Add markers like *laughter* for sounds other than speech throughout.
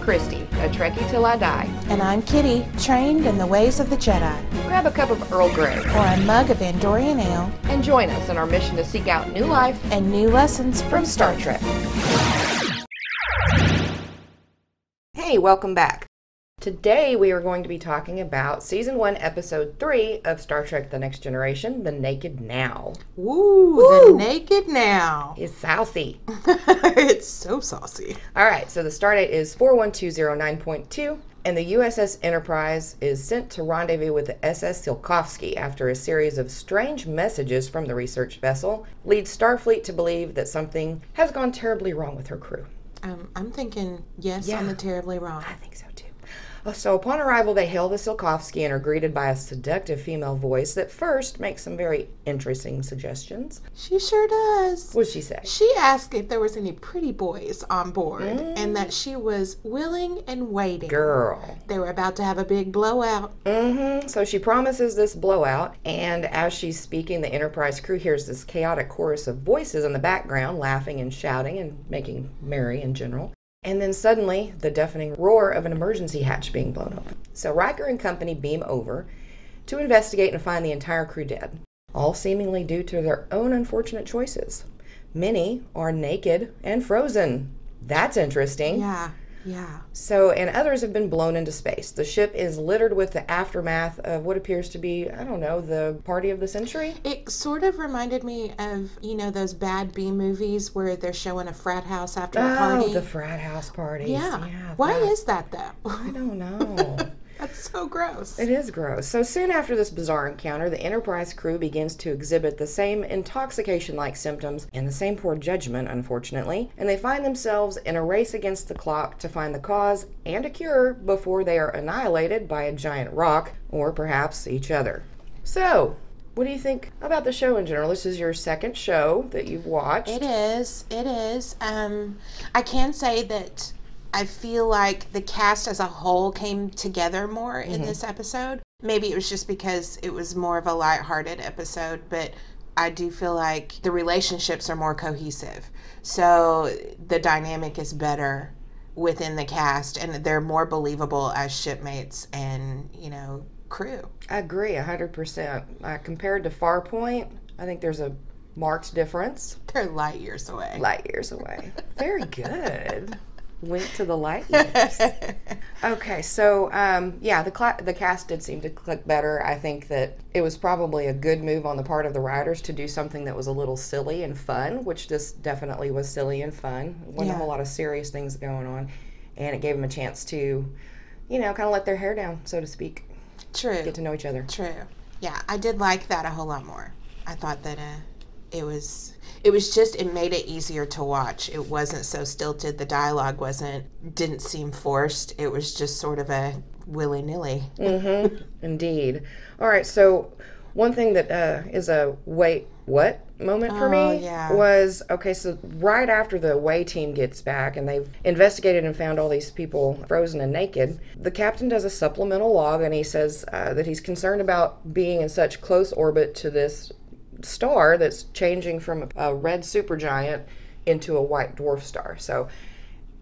Christie, a Trekkie till I die. And I'm Kitty, trained in the ways of the Jedi, Grab a cup of Earl Grey or a mug of Andorian ale, and join us in our mission to seek out new life and new lessons from Star Trek. Hey, welcome back. Today we are going to be talking about Season 1, Episode 3 of Star Trek The Next Generation The Naked Now. Woo, the naked now. *laughs* It's Southie. it's so saucy. All right, so the stardate is 41209.2, and the USS Enterprise is sent to rendezvous with the SS Silkovsky after a series of strange messages from the research vessel leads Starfleet to believe that something has gone terribly wrong with her crew. Um, I'm thinking yes Yeah. on the terribly wrong. I think so too. Uh, So upon arrival, they hail the Silkovsky and are greeted by a seductive female voice that first makes some very interesting suggestions. She sure does. What'd she say? She asked if there was any pretty boys on board and that she was willing and waiting. Girl. They were about to have a big blowout. Mm-hmm. So she promises this blowout, and as she's speaking, the Enterprise crew hears this chaotic chorus of voices in the background, laughing and shouting and making merry in general. And then suddenly, the deafening roar of an emergency hatch being blown open. So Riker and company beam over to investigate and find the entire crew dead, all seemingly due to their own unfortunate choices. Many are naked and frozen. That's interesting. Yeah, yeah. So, and others have been blown into space. The ship is littered with the aftermath of what appears to be, I don't know, the party of the century? It sort of reminded me of, you know, those bad B movies where they're showing a frat house after a Oh, party. the frat house parties. yeah. yeah Why that- is that though? *laughs* I don't know. That's so gross. it is gross. So, soon after this bizarre encounter, the Enterprise crew begins to exhibit the same intoxication like symptoms and the same poor judgment, unfortunately, and they find themselves in a race against the clock to find the cause and a cure before they are annihilated by a giant rock or perhaps each other. So, what do you think about the show in general? This is your second show that you've watched. It is. It is. Um, I can say that I feel like the cast as a whole came together more in this episode. Maybe it was just because it was more of a lighthearted episode, but I do feel like the relationships are more cohesive. So the dynamic is better within the cast and they're more believable as shipmates and, you know, crew. I agree 100%. Uh, compared to Farpoint, I think there's a marked difference. They're light years away. light years away. Very good. Went to the light years. *laughs* Okay, so um, yeah, the cla the cast did seem to click better. I think that it was probably a good move on the part of the writers to do something that was a little silly and fun, which this definitely was silly and fun. Wasn't a Yeah. whole lot of serious things going on, and it gave them a chance to, you know, kind of let their hair down, so to speak, *laughs* True. get to know each other. True. Yeah, I did like that a whole lot more. I thought that uh, it was it was just it made it easier to watch. It wasn't so stilted. The dialogue wasn't didn't seem forced. It was just sort of a willy nilly. Indeed. All right. So one thing that uh, is a wait what moment for Oh, me yeah. was okay. So right after the away team gets back and they've investigated and found all these people frozen and naked, the captain does a supplemental log and he says uh, that he's concerned about being in such close orbit to this star that's changing from a red supergiant into a white dwarf star. So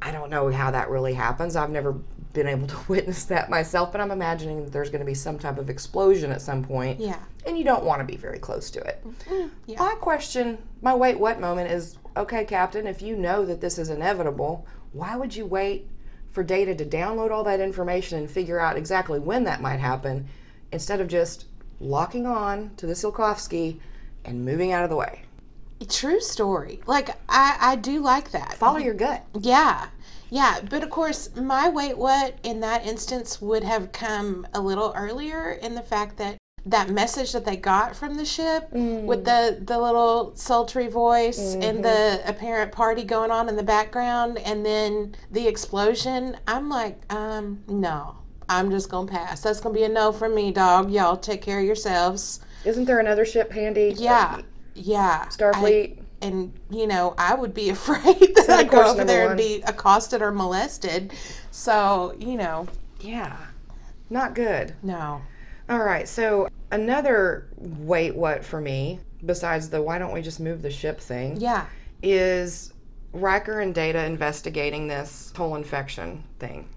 I don't know how that really happens. I've never been able to *laughs* witness that myself, but I'm imagining that there's going to be some type of explosion at some point. Yeah. And you don't want to be very close to it. Mm-hmm. My question, my wait what moment is okay, Captain, if you know that this is inevitable, why would you wait for data to download all that information and figure out exactly when that might happen instead of just locking on to the Silkovsky and moving out of the way? True story. Like I I do like that. Follow your gut. Yeah. Yeah, but of course, my wait what in that instance would have come a little earlier in the fact that that message that they got from the ship with the the little sultry voice and the apparent party going on in the background and then the explosion, I'm like, um, no. I'm just going to pass. That's going to be a no from me, dog. Y'all take care of yourselves. Isn't there another ship handy? Yeah. Yeah. I- Starfleet. and you know I would be *laughs* afraid that I'd go course, over number there one. and be accosted or molested. So you know, yeah. Not good. no, All right. So another wait what for me besides the why don't we just move the ship thing yeah, is Riker and Data investigating this whole infection thing.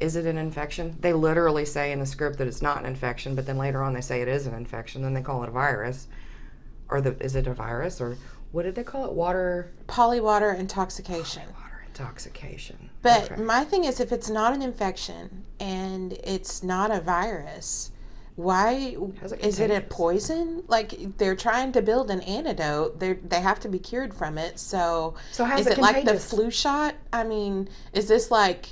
Is it an infection? They literally say in the script that it's not an infection, but then later on they say it is an infection. Then they call it a virus, or the is it a virus or what did they call it? Water Polywater intoxication. water intoxication. But Okay. my thing is, if it's not an infection and it's not a virus, why How's it is it a contagious? poison? Like they're trying to build an antidote. They they have to be cured from it. So So how's is it it like the contagious? flu shot? I mean, is this like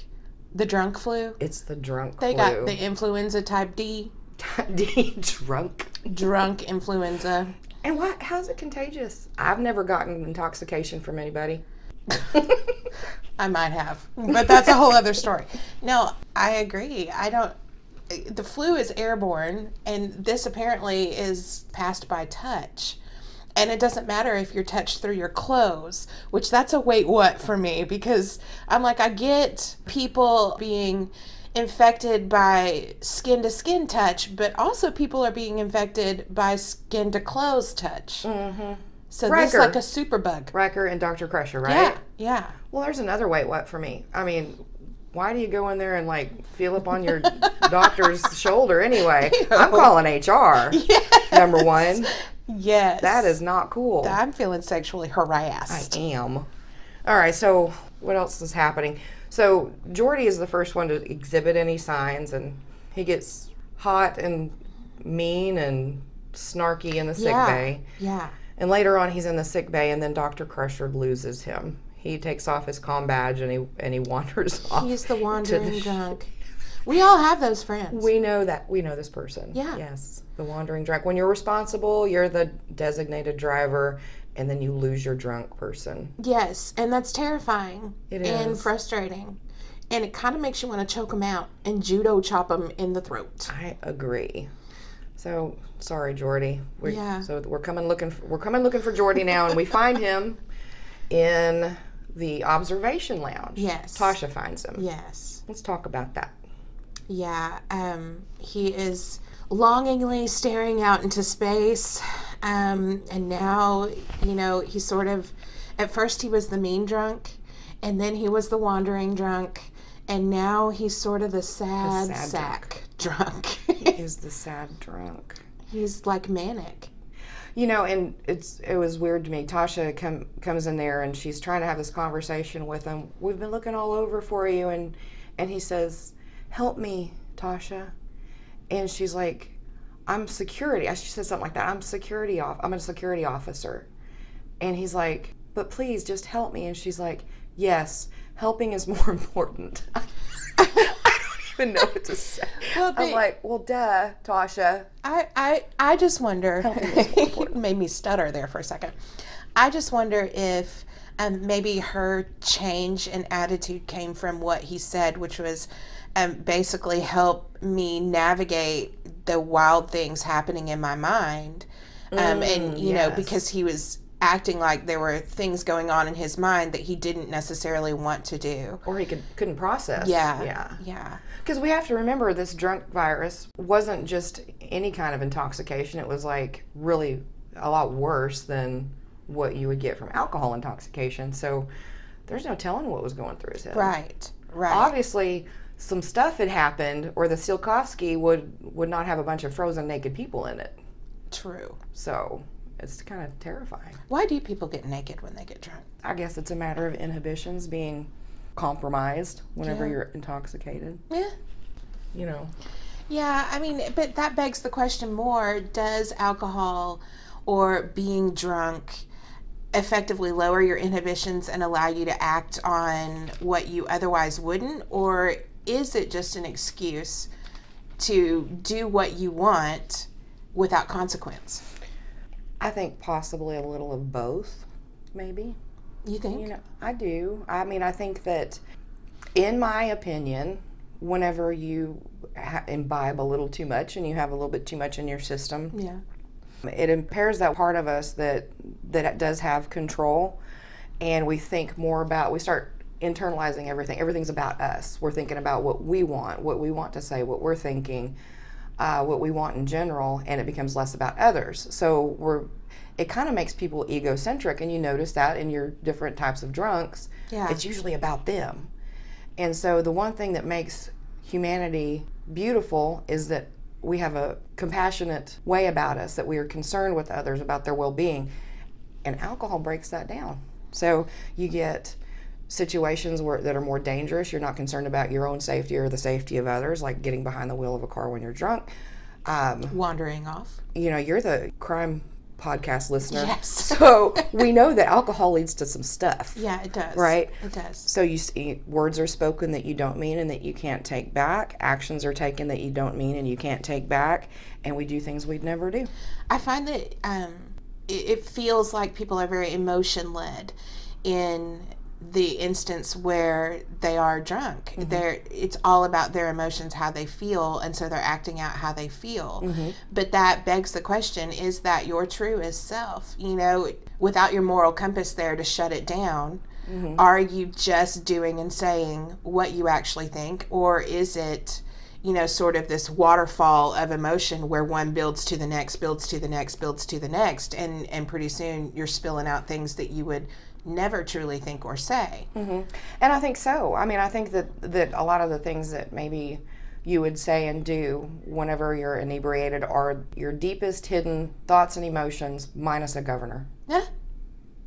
the drunk flu? It's the drunk They flu. got the influenza type D, *laughs* drunk. drunk influenza. And what? How's it contagious? I've never gotten intoxication from anybody. *laughs* I might have, but that's a whole other story. No, I agree. I don't. The flu is airborne, and this apparently is passed by touch. And it doesn't matter if you're touched through your clothes, which that's a wait what for me because I'm like, I get people being infected by skin to skin touch, but also people are being infected by skin to clothes touch. Mm-hmm. So this is Riker. like a super bug. Riker and Dr. Crusher, right? Yeah, yeah. Well, there's another wait what for me. I mean, why do you go in there and like feel up on your doctor's shoulder anyway? I'm calling HR. Number one, Yes. that is not cool. I'm feeling sexually harassed. am. All right, so what else is happening? So Jordy is the first one to exhibit any signs, and he gets hot and mean and snarky in the sick yeah. bay. Yeah. And later on, he's in the sick bay, and then Dr. Crusher loses him. He takes off his comm badge and he and he *laughs* wanders off. He's the to wandering sh- drunk. We all have those friends. we know that we know this person. Yeah. Yes, the wandering drunk. When you're responsible, you're the designated driver, and then you lose your drunk person. yes, and that's terrifying It and is. frustrating. And it kind of makes you want to choke them out and judo chop them in the throat. I agree. So sorry, Jordy. We're, Yeah. So we're coming looking. For, we're coming looking for Jordy now, and we find him in the observation lounge. Yes. Tasha finds him. Yes. Let's talk about that. Yeah, um, he is longingly staring out into space. Um, and now, you know, he sort of, at first he was the mean drunk, and then he was the wandering drunk, and now he's sort of the sad, sad sack drunk. Is the sad drunk? he's like manic. You know, and it's it was weird to me. Tasha come, comes in there and she's trying to have this conversation with him. We've been looking all over for you, and and he says, "Help me, Tasha," and she's like, "I'm security." She said something like that. I'm security off. I'm a security officer, and he's like, "But please, just help me." And she's like, "Yes, helping is *laughs* more important." I don't even know what to say. Well, I'm they- like, "Well, duh, Tasha." I, I, I just wonder. *laughs* it made me stutter there for a second. I just wonder if um, maybe her change in attitude came from what he said, which was um, basically help me navigate the wild things happening in my mind. Um, and, you know, yes. because he was acting like there were things going on in his mind that he didn't necessarily want to do. Or he could couldn't process. Yeah. Yeah. Yeah. Because we have to remember this drunk virus wasn't just any kind of intoxication. It was like really a lot worse than what you would get from alcohol intoxication. So there's no telling what was going through his head. Right. Right. Obviously, some stuff had happened, or the Silkovsky would would not have a bunch of frozen naked people in it. True. So it's kind of terrifying. Why do people get naked when they get drunk? I guess it's a matter of inhibitions being compromised whenever you're intoxicated. Yeah. You know. Yeah, I mean, but that begs the question more does alcohol or being drunk effectively lower your inhibitions and allow you to act on what you otherwise wouldn't? Or is it just an excuse to do what you want without consequence? I think possibly a little of both, maybe. You think? You know, I do. I mean, I think that, in my opinion, whenever you ha- imbibe a little too much and you have a little bit too much in your system, yeah. it impairs that part of us that that does have control, and we think more about. We start internalizing everything. Everything's about us. We're thinking about what we want, what we want to say, what we're thinking uh, what we want in general, and it becomes less about others. So we're, it kind of makes people egocentric, and you notice that in your different types of drunks. Yeah. It's usually about them, And so the one thing that makes humanity beautiful is that we have a compassionate way about us, that we are concerned with others, about their well being. And alcohol breaks that down. So you get situations where that are more dangerous. You're not concerned about your own safety or the safety of others, like getting behind the wheel of a car when you're drunk. Um, Wandering off. you know, you're the crime podcast listener. Yes. So we know that alcohol leads to some stuff. Yeah, it does. Right. It does. So you see, words are spoken that you don't mean and that you can't take back. Actions are taken that you don't mean and you can't take back. And we do things we'd never do. I find that um, it, it feels like people are very emotion led in the instance where they are drunk. They're it's all about their emotions, how they feel, and so they're acting out how they feel. But that begs the question: Is that your truest self? You know, without your moral compass there to shut it down. Are you just doing and saying what you actually think, or is it you know, sort of this waterfall of emotion where one builds to the next, builds to the next, builds to the next, and and pretty soon you're spilling out things that you would never truly think or say. And I think so. I mean, I think that, that a lot of the things that maybe you would say and do whenever you're inebriated are your deepest hidden thoughts and emotions minus a governor. Yeah,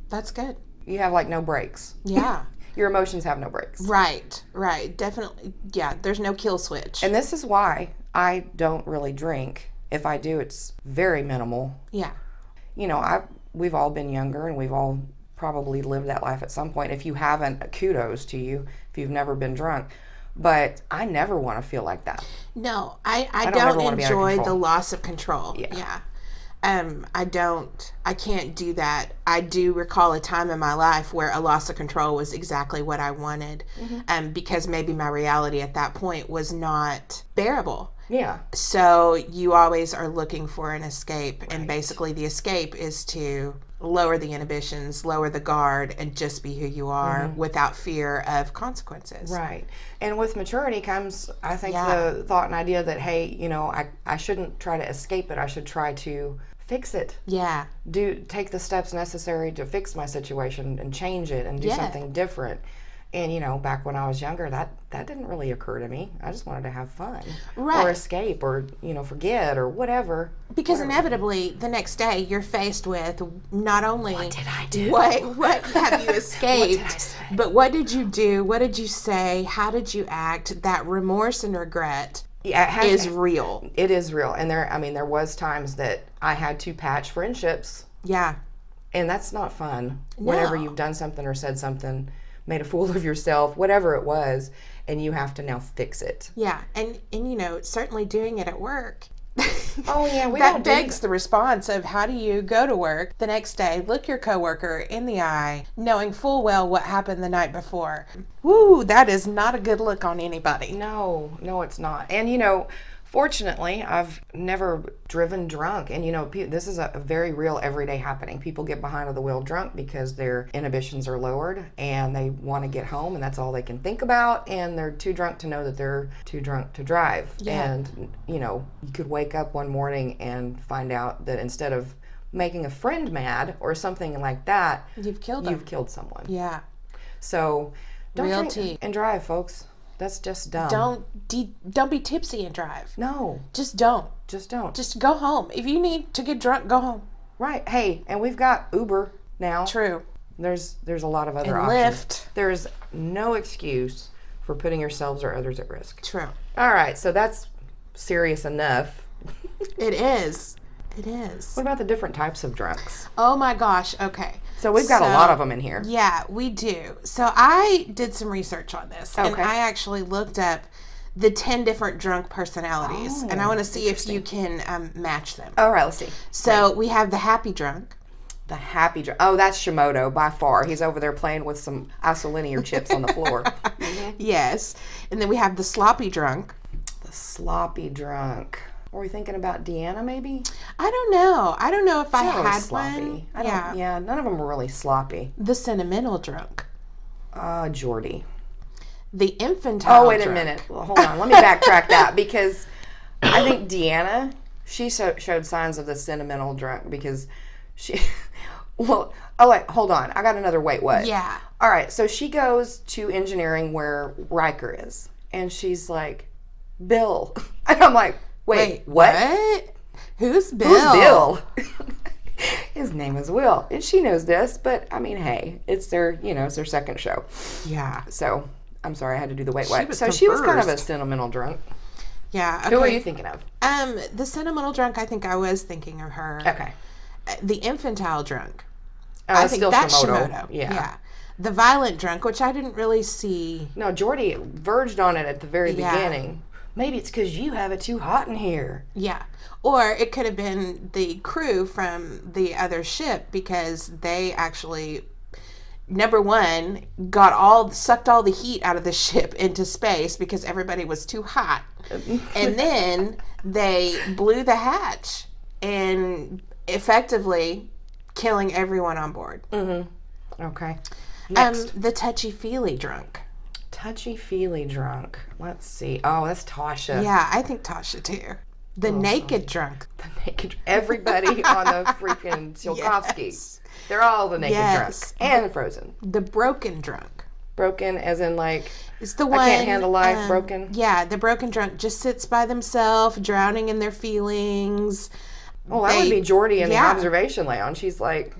that's good. You have like no breaks. Yeah, Your emotions have no breaks. right, right, definitely. Yeah, there's no kill switch. And this is why I don't really drink. If I do, it's very minimal. yeah, you know, I we've all been younger and we've all probably lived that life at some point. If you haven't, kudos to you if you've never been drunk. But I never want to feel like that. no, I I, don't ever don't, wanna be out of enjoy the control. loss of control. Yeah. yeah. Um, I don't, I can't do that. I do recall a time in my life where a loss of control was exactly what I wanted, Mm-hmm. um, because maybe my reality at that point was not bearable. Yeah. So you always are looking for an escape, and basically the escape is to lower the inhibitions, lower the guard, and just be who you are Mm-hmm. without fear of consequences. Right. And with maturity comes, I think, Yeah. the thought and idea that, hey, you know, I, I shouldn't try to escape it. I should try to fix it. Yeah, Do take the steps necessary to fix my situation and change it and do Yeah. something different. And you know, back when I was younger, that that didn't really occur to me. I just wanted to have fun. or Right. escape or you know forget or whatever because inevitably the next day you're faced with not only i do *laughs* what what *laughs* have you escaped say? but what did you do what did you say how did you act that remorse and regret yeah it, has, is real it is real and there i mean there was times that i had to patch friendships yeah and that's not fun whenever No. you've done something or said something made a fool of yourself whatever it was and you have to now fix it yeah and and you know certainly doing it at work *laughs* oh yeah we that don't begs the response of how do you go to work the next day, look your coworker in the eye, knowing full well what happened the night before? Woo, that is not a good look on anybody. No, no, it's not. And you know, fortunately, I've never driven drunk. And you know, pe- this is a a very real everyday happening. People get behind the wheel drunk because their inhibitions are lowered and they want to get home and that's all they can think about. And they're too drunk to know that they're too drunk to drive. Yeah. And you know, you could wake up one morning and find out that instead of making a friend mad or something like that, You've killed them. you've killed someone. Yeah. So don't Real drink tea. and drive, folks. That's just dumb. Don't de- don't be tipsy and drive. No, Just don't. just don't. Just go home. If you need to get drunk, go home. Right. Hey, and we've got Uber now. True. There's there's a lot of other options. Lyft. There is no excuse for putting yourselves or others at risk. True. All right, so that's serious enough. *laughs* It is. It is. What about the different types of drugs? Oh my gosh. Okay. So we've got a lot of them in here. Yeah, we do. So I did some research on this, and Okay. I actually looked up the 10 different drunk personalities, and I Oh, want to see if you can um, match them. All right, let's see. So we have the happy drunk. The happy drug. Oh, that's Shimoto by far. He's over there playing with some isolinear chips on the *laughs* floor. Mm-hmm. Yes. And then we have the sloppy drunk. The sloppy drunk. Were we thinking about Deanna maybe? I don't know. I don't know if I That was had sloppy. one. I don't, yeah. yeah, none of them were really sloppy. The sentimental drunk. Uh, Jordy. The infantile Oh, wait a drunk. minute. Well, hold on. Let me backtrack that because I think Deanna, she *laughs* so, showed signs of the sentimental drunk because she, Well, oh wait, hold on. I got another wait. What? Yeah. All right. So she goes to engineering where Riker is, and she's like, "Bill," *laughs* and I'm like, "Wait, what? Who's Bill? Who's Bill?" *laughs* His name is Will, and she knows this, but I mean, hey, it's their you know it's their second show, Yeah. so. I'm sorry, I had to do the wait, what. was So the she was kind of a first. sentimental drunk. Yeah. Okay. Who are you thinking of? Um, the sentimental drunk. I think I was thinking of her. Okay. Uh, The infantile drunk. Uh, I think still that's Shimoda. Shimodo. Yeah. The violent drunk, which I didn't really see. No, Jordy verged on it at the very Yeah. beginning. Maybe it's because you have it too hot in here. Yeah. Or it could have been the crew from the other ship because they actually number 1 got all sucked all the heat out of the *laughs* ship into space because everybody was too hot. and then they blew the hatch and effectively killing everyone on board. Okay. Um the touchy-feely drunk. Touchy feely drunk. Let's see. Oh, that's Tasha. Yeah, I think Tasha too. The naked drunk. Naked- Everybody on the freaking *laughs* Tsiolkovsky. Yes. They're all the naked Yes. drunk and frozen. The broken drunk. Broken, as in like It's the one. um, can't handle life, broken. Yeah, the broken drunk just sits by themselves, drowning in their feelings. well, oh, that would They- be Jordy in yeah. the observation lounge. She's like,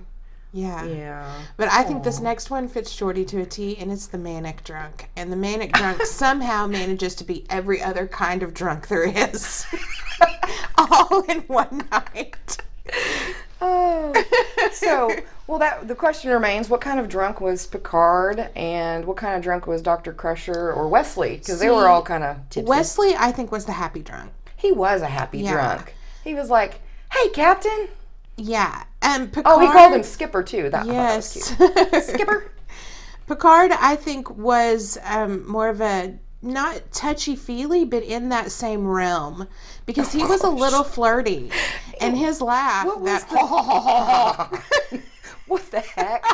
Yeah. yeah, But I think this next one fits Jordy to a T, and it's the manic drunk. And the manic *laughs* drunk somehow manages to be every other kind of drunk there is, *laughs* all in one night. *laughs* oh. so, well, that the question remains: What kind of drunk was Picard, and what kind of drunk was Doctor Crusher or Wesley? Because they were See, all kind of tipsy. Wesley, I think, was the happy drunk. he was a happy Yeah. drunk. He was like, "Hey, Captain." Yeah. And Picard. Oh, he called him Skipper too. That, I thought that was Yes. cute. *laughs* Skipper. *laughs* Picard, I think, was um, more of a not touchy feely, but in that same realm because he was a little flirty, and his laugh that *laughs* what the heck?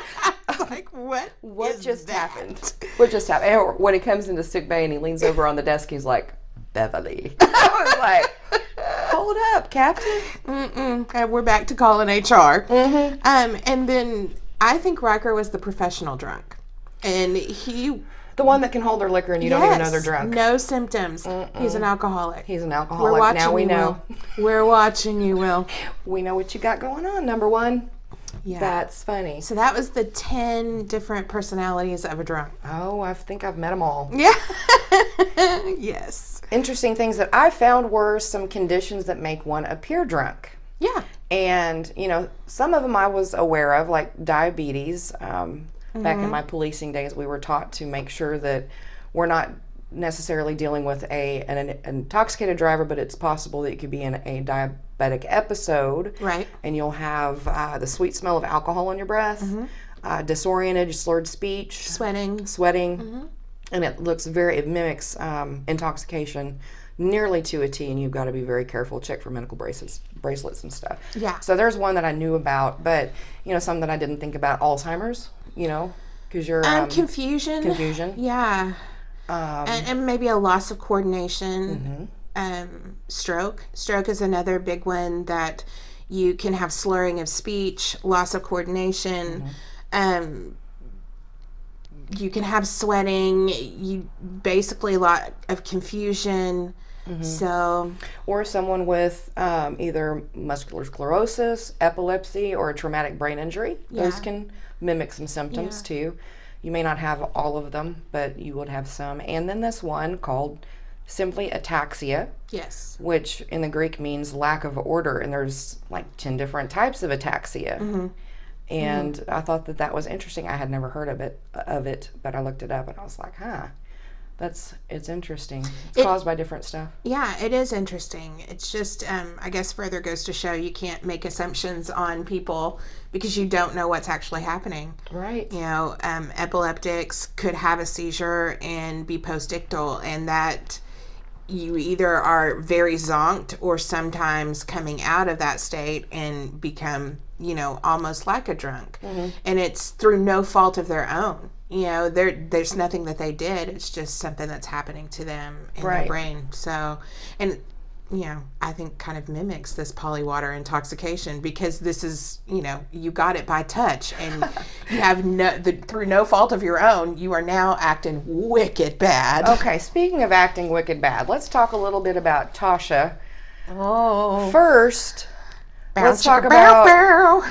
like what What is just that? happened? What just happened? Or when he comes into sick bay and he leans over on the desk, he's like, "Beverly." *laughs* I was like, "Hold up, Captain." Mm-mm. Okay, we're back to calling HR. Mm-hmm. Um, and then I think Riker was the professional drunk, and he The one that can hold their liquor and you don't even know yes, they're drunk. no symptoms. He's an alcoholic. He's an we're alcoholic. watching now we you, know. Will. We're watching you, Will. We know what you got going on. Number one. Yeah. That's funny. So that was the 10 different personalities of a drunk. Oh, I think I've met them all. Yeah. *laughs* yes. Interesting things that I found were some conditions that make one appear drunk. Yeah. and you know some of them i was aware of like diabetes um, back Mm-hmm. in my policing days we were taught to make sure that we're not necessarily dealing with a an, an intoxicated driver but it's possible that you could be in a diabetic episode Right. and you'll have uh, the sweet smell of alcohol on your breath Mm-hmm. uh, disoriented slurred speech Sweating. sweating Mm-hmm. and it looks very it mimics um, intoxication nearly to a t and you've got to be very careful check for medical bracelets bracelets and stuff Yeah. so there's one that i knew about but you know some that i didn't think about alzheimer's you know because you're Um, um, confusion. confusion Yeah. um, Mm-hmm. And, and maybe a loss of coordination. Um, stroke. Stroke is another big one that you can have slurring of speech, loss of coordination. Mm-hmm. Um, you can have sweating. You basically a lot of confusion. Mm-hmm. So or someone with um, either muscular sclerosis epilepsy or a traumatic brain injury those Yeah. can mimic some symptoms too you may not have all of them but you would have some and then this one called simply ataxia yes. which in the Greek means lack of order, and there's like 10 different types of ataxia. And I thought that that was interesting. I had never heard of it, of it, but I looked it up and I was like, huh, that's it's interesting. It's caused by different stuff. Yeah, it is interesting. It's just, um, I guess, further goes to show you can't make assumptions on people because you don't know what's actually happening. Right. You know, um, epileptics could have a seizure and be postictal, and that you either are very zonked or sometimes coming out of that state and become, you know, almost like a drunk. And it's through no fault of their own. You know, there there's nothing that they did. It's just something that's happening to them in Right. their brain. So, and you know, I think kind of mimics this polywater intoxication because this is, you know, you got it by touch and *laughs* you have no, the, through no fault of your own, you are now acting wicked bad. Okay, speaking of acting wicked bad, let's talk a little bit about Tasha. Oh, First, let's talk about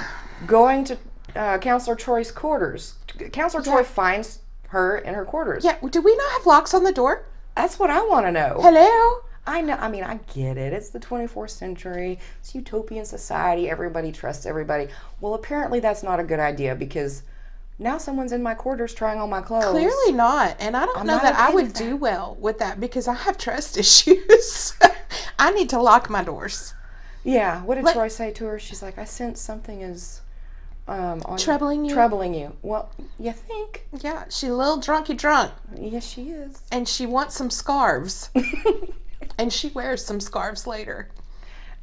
going to uh, Counselor Troy's quarters. Counselor Troy finds her in her quarters. Yeah, do we not have locks on the door? That's what I want to know. Hello? I know. I mean, I get it. It's the 24th century. It's utopian society. Everybody trusts everybody. Well, apparently that's not a good idea because now someone's in my quarters trying on my clothes. Clearly not. And I don't know not that I okay would with do well with that because I have trust *laughs* issues. I need to lock my doors. Yeah. What did Troy say to her? She's like, I sense something is um, on Troubling you? Troubling you. Well, you think? Yeah, she a little drunky drunk Yes, she is. *laughs* and she wants some scarves. and she wears some scarves later.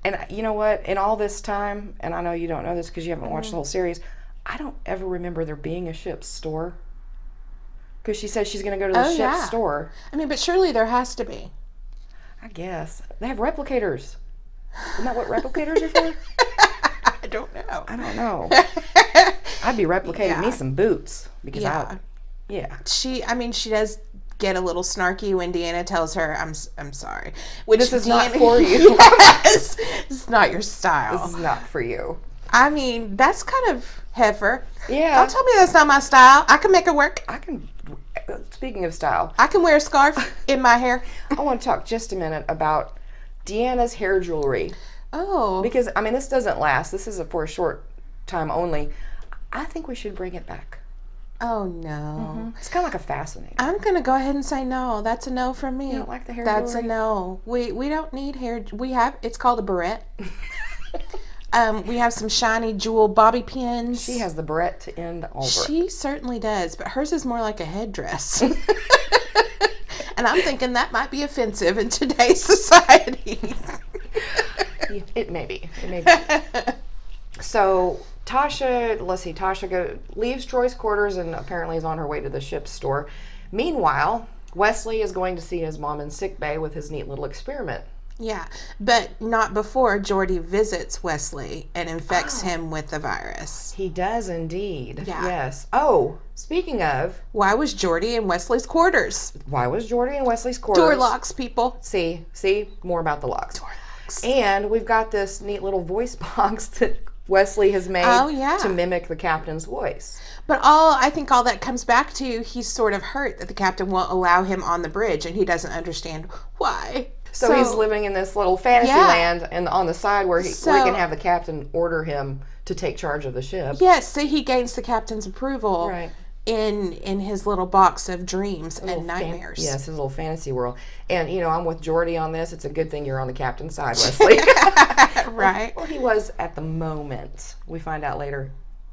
And I- you know what? In all this time, and I know you don't know this because you haven't watched the whole series, I don't ever remember there being a ship store. Because she says she's going to go to the Oh, ship yeah. store. I mean, but surely there has to be. I guess they have replicators. Isn't that what replicators are for? *laughs* I don't know. I don't know. I'd be replicating me some boots because Yeah. I, yeah, *laughs* she I mean, she does get a little snarky when Deanna tells her, "I'm s- I'm sorry." Which this is not Deanna- for you. *laughs* yes, it's not your style. This is not for you. I mean, that's kind of heifer. Yeah, Don't tell me that's not my style. I can make it work. I can. uh, Speaking of style, I can wear a scarf in my hair. I want to talk just a minute about Deanna's hair jewelry. Oh, because I mean this doesn't last. This is a, for a short time only. I think we should bring it back. oh no. It's kind of like a fascinator. I'm gonna go ahead and say no. That's a no from me. don't like the hair That's jewelry? a no. We we don't need hair. We have it's called *laughs* a barrette. um, we have some shiny jewel bobby pins. She has the Brett to end all Brett. She certainly does, but hers is more like *laughs* a headdress. and I'm thinking that might be offensive in today's *laughs* society. *laughs* It may be. It may be. so Tasha, let's see. Tasha go, leaves Troy's quarters and apparently is on her way to the ship's store. Meanwhile, Wesley is going to see his mom in sick bay with his neat little experiment. yeah, but not before Jordy visits Wesley and Ah. infects him with the virus. He does indeed. Yeah. Yes. Oh, speaking of, Why was Jordy in Wesley's quarters? why was Jordy in Wesley's quarters? Door locks, people. See, see, more about the locks. And we've got this neat little voice *laughs* box that Wesley has made Oh, yeah. to mimic the captain's voice. But all I think all that comes back to he's sort of hurt that the captain won't allow him on the bridge and he doesn't understand why. So, he's living in this little fantasy Yeah. land and on the side where he, where he So- can have the captain order him to take charge of the ship. Yes, so he gains the captain's approval Right. in in his little box of dreams and Fan- nightmares. Yes, his little fantasy world. And you know, I'm with Jordy on this. It's a good thing you're on the captain's *laughs* side, Wesley. Right. *laughs* Well, he was at the moment. We find out later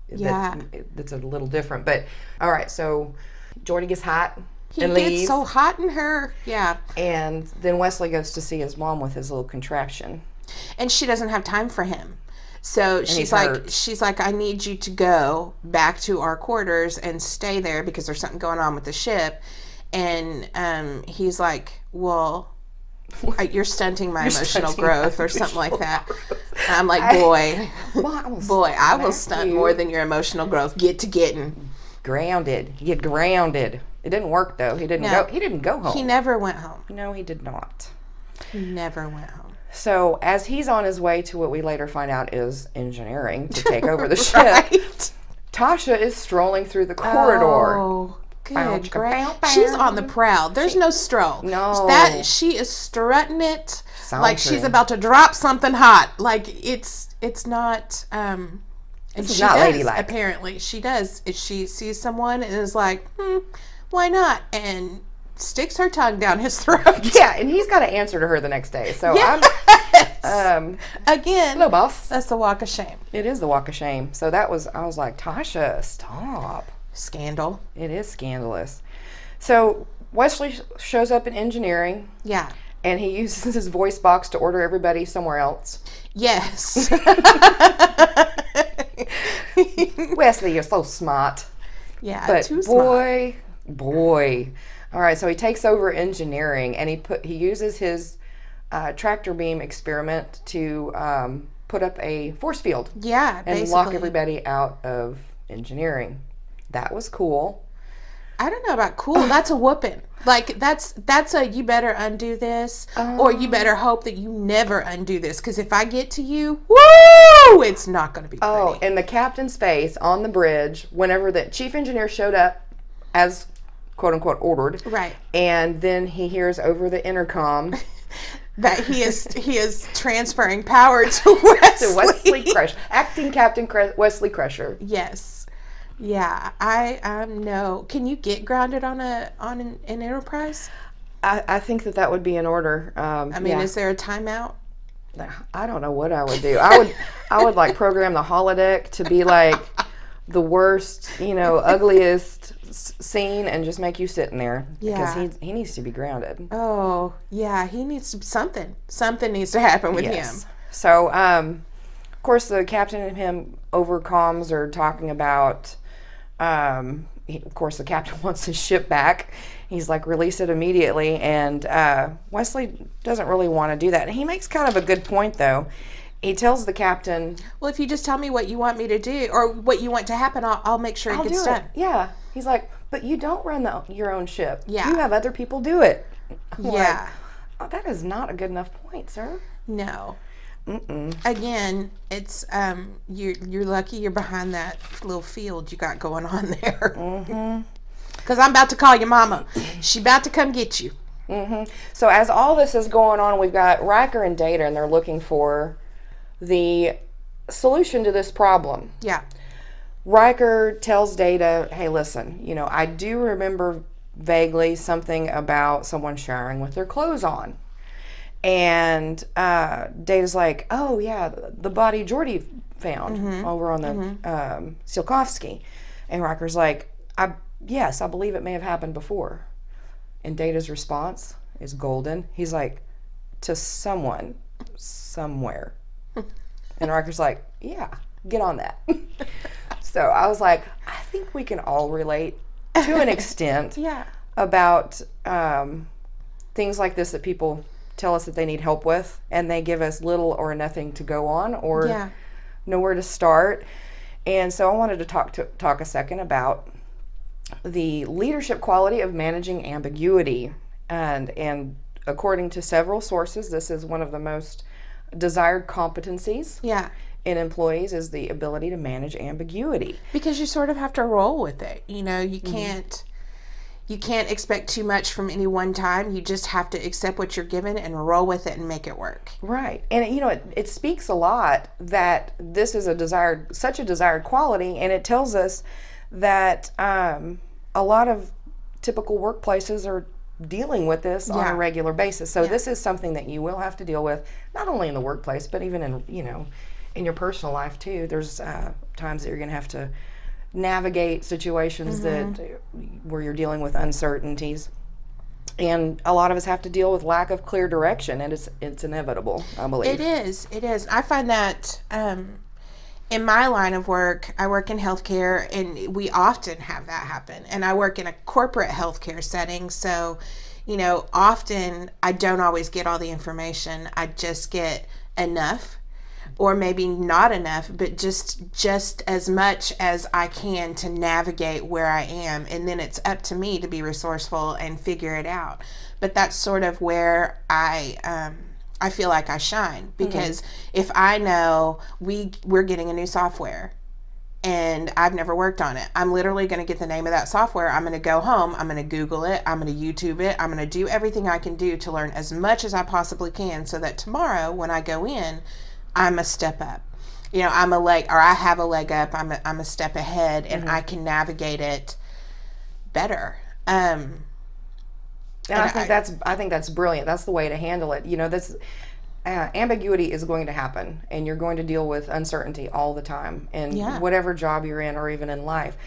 that Yeah. that's a little different. But all right, so Jordy gets hot He and gets leaves, so hot in her. Yeah. and then Wesley goes to see his mom with his little contraption. And she doesn't have time for him. So she's like hurt. she's like, I need you to go back to our quarters and stay there because there's something going on with the ship. And um, he's like, *laughs* Well, uh, you're stunting my emotional stunting my growth or something like that. And *laughs* I'm like, boy, Well, I was boy, I will stunt you. more than your emotional growth. Get to getting. grounded. He get grounded. It didn't work though. He didn't No. go. He didn't go home. He never went home. no, he did not. He never went home. So as he's on his way to what we later find out is engineering to take over the ship, Right? Tasha is strolling through the corridor. Oh, Bow, good chicka, gra- bow, She's bow. on the prowl. There's no stroll. No. That she is strutting it like she's Sauntering. about to drop something hot. Like it's it's not um and is she not does, ladylike. apparently. She does. If she sees someone and is like, hmm, why not? And sticks her tongue down his *laughs* throat. *laughs* Yeah, and he's got to answer to her the next day. So *laughs* I'm um, Again, hello, boss. that's the walk of shame. It is the walk of shame. So that was I was like, Tasha, stop. Scandal. It is scandalous. So Wesley sh- shows up in engineering, Yeah. and he *laughs* uses his voice box to order everybody somewhere else. *laughs* Yes. *laughs* Wesley, you're so smart, yeah. but too smart. boy, boy. All right, so he takes over engineering, and he put he uses his uh, tractor beam experiment to um, put up a force field Yeah, and basically. lock everybody out of engineering. That was cool. I don't know about cool. That's a whooping. Like that's that's a you better undo this, or you Oh. better hope that you never undo this. Because if I get to you, woo, it's not going to be pretty. Oh, and the captain's face on the bridge whenever the chief engineer showed up as quote unquote ordered. Right. And then he hears over the *laughs* intercom That he is he is transferring power *laughs* to Wesley. Wesley Crusher, acting Captain Cre- Wesley Crusher. Yes. Yeah, I um no. Can you get grounded on a on an, an enterprise? I, I think that that would be in order. Um, I mean, is there a timeout? I don't know what I would do. I would I would like program the holodeck to be like the worst, you know, ugliest s- scene and just make you sit in there Yeah. because he he needs to be grounded. Oh, yeah, he needs to, something. Something needs to happen with him. So, um, of course, the captain and him over comms are talking about. Um, he- of course, the captain *laughs* wants his ship back. He's like, release it immediately. And uh, Wesley doesn't really want to do that. He makes kind of a good point, though. He tells the captain, Well, if you just tell me what you want me to do or what you want to happen, I'll, I'll make sure it I'll gets do it. done. Yeah. He's like, but you don't run the, your own ship. Yeah. You have other people do it. I'm like, Yeah. "Oh, that is not a good enough point, sir. No. Again, it's um you're you're lucky you're behind that little field you got going on *laughs* there. Mm-hmm. Cause I'm about to call your mama. She about to come get you. So as all this is going on, we've got Riker and Data, and they're looking for the solution to this problem. Yeah. Riker tells Data, "Hey, listen, you know, I do remember vaguely something about someone showering with their clothes on." And uh, Data's like, "Oh yeah, the- the body Jordy found over on the um, Silkovsky," and Riker's like, "I yes, I believe it may have happened before." And Data's response is golden. He's like, "To someone, somewhere." And Riker's like, yeah, get on that. *laughs* so I was like, I think we can all relate to an extent Yeah. about um, things like this that people tell us that they need help with and they give us little or nothing to go on or Yeah. nowhere to start. And so I wanted to talk to talk a second about the leadership quality of managing ambiguity, and and according to several sources, this is one of the most desired competencies Yeah. in employees is the ability to manage ambiguity. because you sort of have to roll with it you know you Mm-hmm. can't you can't expect too much from any one time you just have to accept what you're given and roll with it and make it work Right. And you know, it, it speaks a lot that this is a desired such a desired quality and it tells us that um, a lot of typical workplaces are dealing with this on Yeah. a regular basis. So this is something that you will have to deal with not only in the workplace but even in, you know, in your personal life too. There's uh, times that you're going to have to navigate situations that Mm-hmm. where you're dealing with uncertainties and a lot of us have to deal with lack of clear direction and it's it's inevitable i believe it is it is i find that um in my line of work i work in healthcare and we often have that happen and i work in a corporate healthcare setting so you know often i don't always get all the information i just get enough or maybe not enough but just just as much as i can to navigate where i am and then it's up to me to be resourceful and figure it out but that's sort of where i um i feel like i shine because if i know we we're getting a new software and I've never worked on it. I'm literally going to get the name of that software. I'm going to go home. I'm going to Google it. I'm going to YouTube it. I'm going to do everything I can do to learn as much as I possibly can so that tomorrow when I go in, I'm a step up. You know, I'm a leg or I have a leg up. I'm a, I'm a step ahead and I can navigate it better. Um, and i think that's i think that's brilliant that's the way to handle it you know this uh, ambiguity is going to happen and you're going to deal with uncertainty all the time in Yeah. whatever job you're in or even in life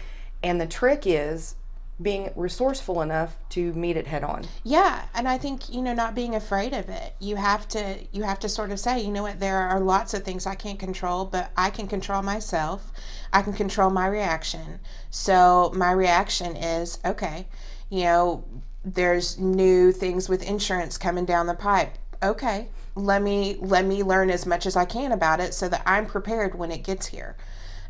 and the trick is being resourceful enough to meet it head on Yeah, and I think, you know, not being afraid of it. You have to you have to sort of say, you know what, there are lots of things I can't control, but I can control myself. I can control my reaction. So my reaction is, okay, you know, there's new things with insurance coming down the pipe. okay, let me let me learn as much as I can about it so that I'm prepared when it gets here.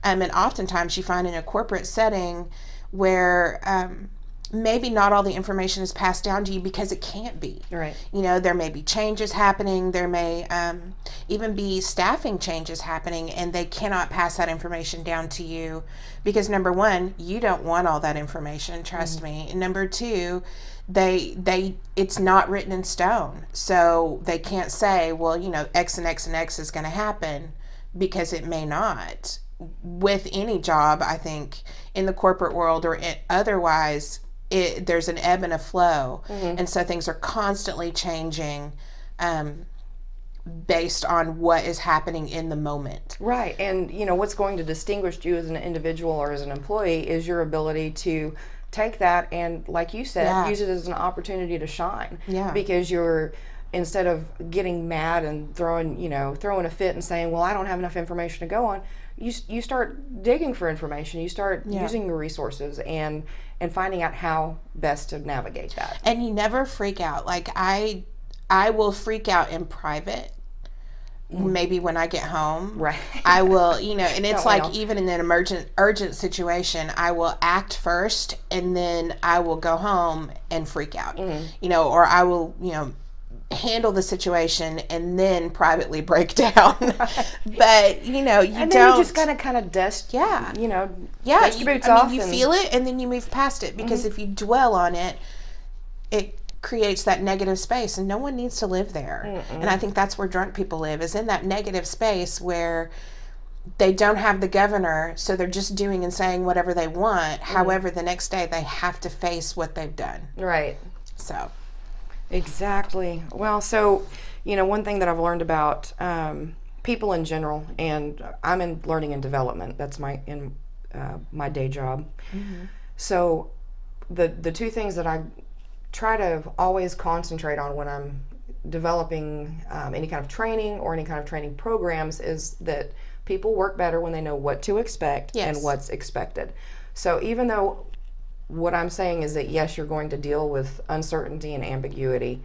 Um, and oftentimes you find in a corporate setting where um, maybe not all the information is passed down to you because it can't be. Right. You know, there may be changes happening. There may um, even be staffing changes happening, and they cannot pass that information down to you because number one, you don't want all that information. Trust me. And number two, they they it's not written in stone, so they can't say, well, you know, X and X and X is going to happen because it may not. With any job, I think in the corporate world or it, otherwise, it, there's an ebb and a flow, and so things are constantly changing um, based on what is happening in the moment. Right. And, you know, what's going to distinguish you as an individual or as an employee is your ability to take that and, like you said, Yeah. use it as an opportunity to shine. Yeah. Because you're, instead of getting mad and throwing, you know, throwing a fit and saying, well, I don't have enough information to go on, you, s- you start digging for information. You start using your resources and, and finding out how best to navigate that. and you never freak out like i i will freak out in private maybe when i get home Right. *laughs* i will you know and it's like well. even in an emergent urgent situation i will act first and then i will go home and freak out Mm. you know or i will you know handle the situation and then privately break *laughs* *laughs* down but you know you And then don't you just gotta kind of dust, Yeah. you know, yeah, dust you, your boots I mean, off. you and, Mm-hmm. feel it and then you move past it because if you dwell on it, it creates that negative space and no one needs to live there. And I think that's where drunk people live is in that negative space where they don't have the governor, so they're just doing and saying whatever they want. Mm-hmm. However, the next day they have to face what they've done. right. So, Exactly. Well, so, you know, one thing that I've learned about um, people in general, and I'm in learning and development. That's my in uh, my day job. So, the the two things that I try to always concentrate on when I'm developing um, any kind of training or any kind of training programs is that people work better when they know what to expect Yes. and what's expected. So, even though what I'm saying is that yes, you're going to deal with uncertainty and ambiguity.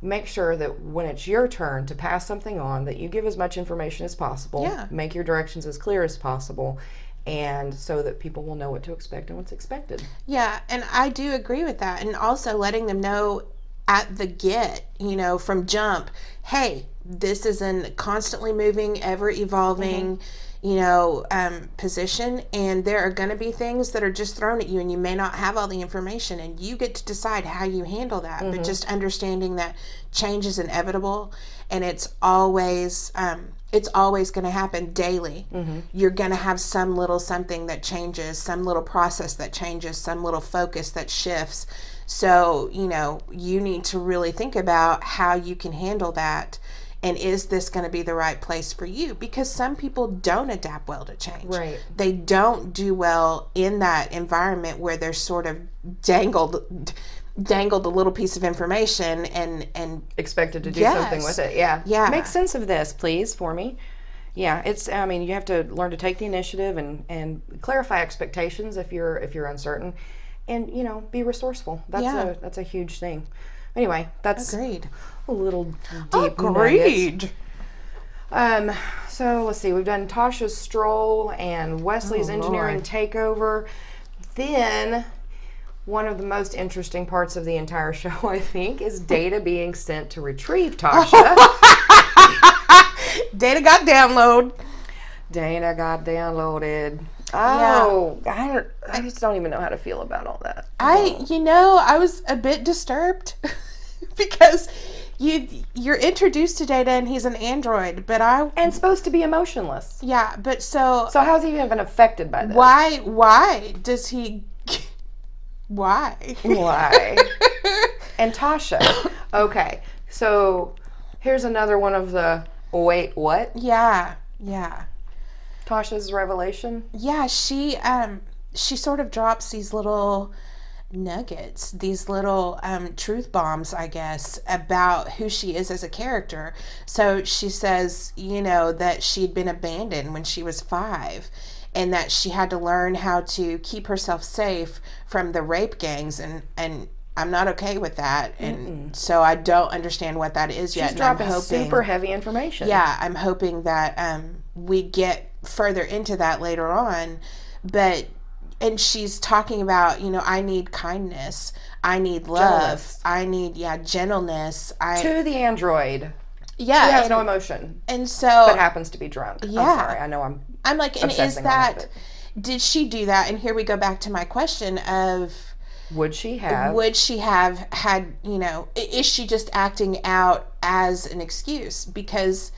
Make sure that when it's your turn to pass something on, that you give as much information as possible. Yeah. Make your directions as clear as possible, and so that people will know what to expect and what's expected. yeah, and I do agree with that. And also letting them know at the get, you know, from jump, hey, this is an constantly moving, ever evolving, you know, um, position. And there are going to be things that are just thrown at you, and you may not have all the information, and you get to decide how you handle that. But just understanding that change is inevitable, and it's always. Um, it's always going to happen daily. You're going to have some little something that changes, some little process that changes, some little focus that shifts. So, you know, you need to really think about how you can handle that. And is this going to be the right place for you? Because some people don't adapt well to change. Right. They don't do well in that environment where they're sort of dangled dangled a little piece of information and and Expected to do something Yes. with it. Yeah. Yeah. Make sense of this, please, for me. Yeah, it's. I mean, you have to learn to take the initiative and and clarify expectations if you're if you're uncertain, and you know, be resourceful. That's Yeah. a that's a huge thing. Anyway, that's agreed. a little deep nuggets. Agreed. Um, so let's see. We've done Tasha's stroll and Wesley's engineering takeover. Then one of the most interesting parts of the entire *laughs* show, I think, is data being sent to retrieve *laughs* Tasha. Data got download. data got downloaded. Oh, I don't. I just don't even know how to feel about all that. I, you know, I was a bit disturbed *laughs* because you you're introduced to Data and he's an android, but I And supposed to be emotionless. yeah, but so So how's he even affected by this? why why does he *laughs* why? *laughs* Why? and Tasha. *coughs* Okay. So here's another one of the. Wait, what? yeah, yeah. Tasha's revelation. yeah she um she sort of drops these little nuggets these little um truth bombs i guess about who she is as a character so she says you know that she'd been abandoned when she was 5 and that she had to learn how to keep herself safe from the rape gangs and and I'm not okay with that, and so I don't understand what that is yet. She's and I'm dropping hoping- super heavy information. yeah, I'm hoping that um, we get further into that later on. But, and she's talking about, you know, I need kindness, I need love, Gentleness. I need, yeah, gentleness. I, To the android who yeah. has And, no emotion and so but happens to be drunk. I'm Yeah. sorry. I know I'm I'm like, and is obsessing on it, that, did she do that? And here we go back to my question of, Would she have? would she have had you know i- is she just acting out as an excuse because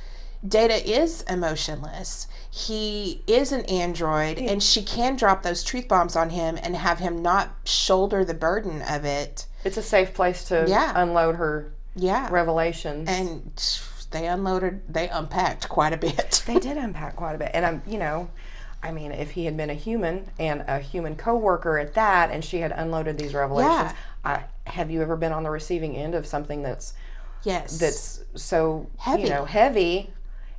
data is emotionless he is an android and she can drop those truth bombs on him and have him not shoulder the burden of it It's a safe place to Yeah. unload her yeah revelations. and they unloaded they unpacked quite a bit they did unpack quite a bit. And I'm, you know, I mean, if he had been a human and a human coworker at that, and she had unloaded these revelations, I, have you ever been on the receiving end of something that's *laughs* yes that's so Heavy. you know heavy?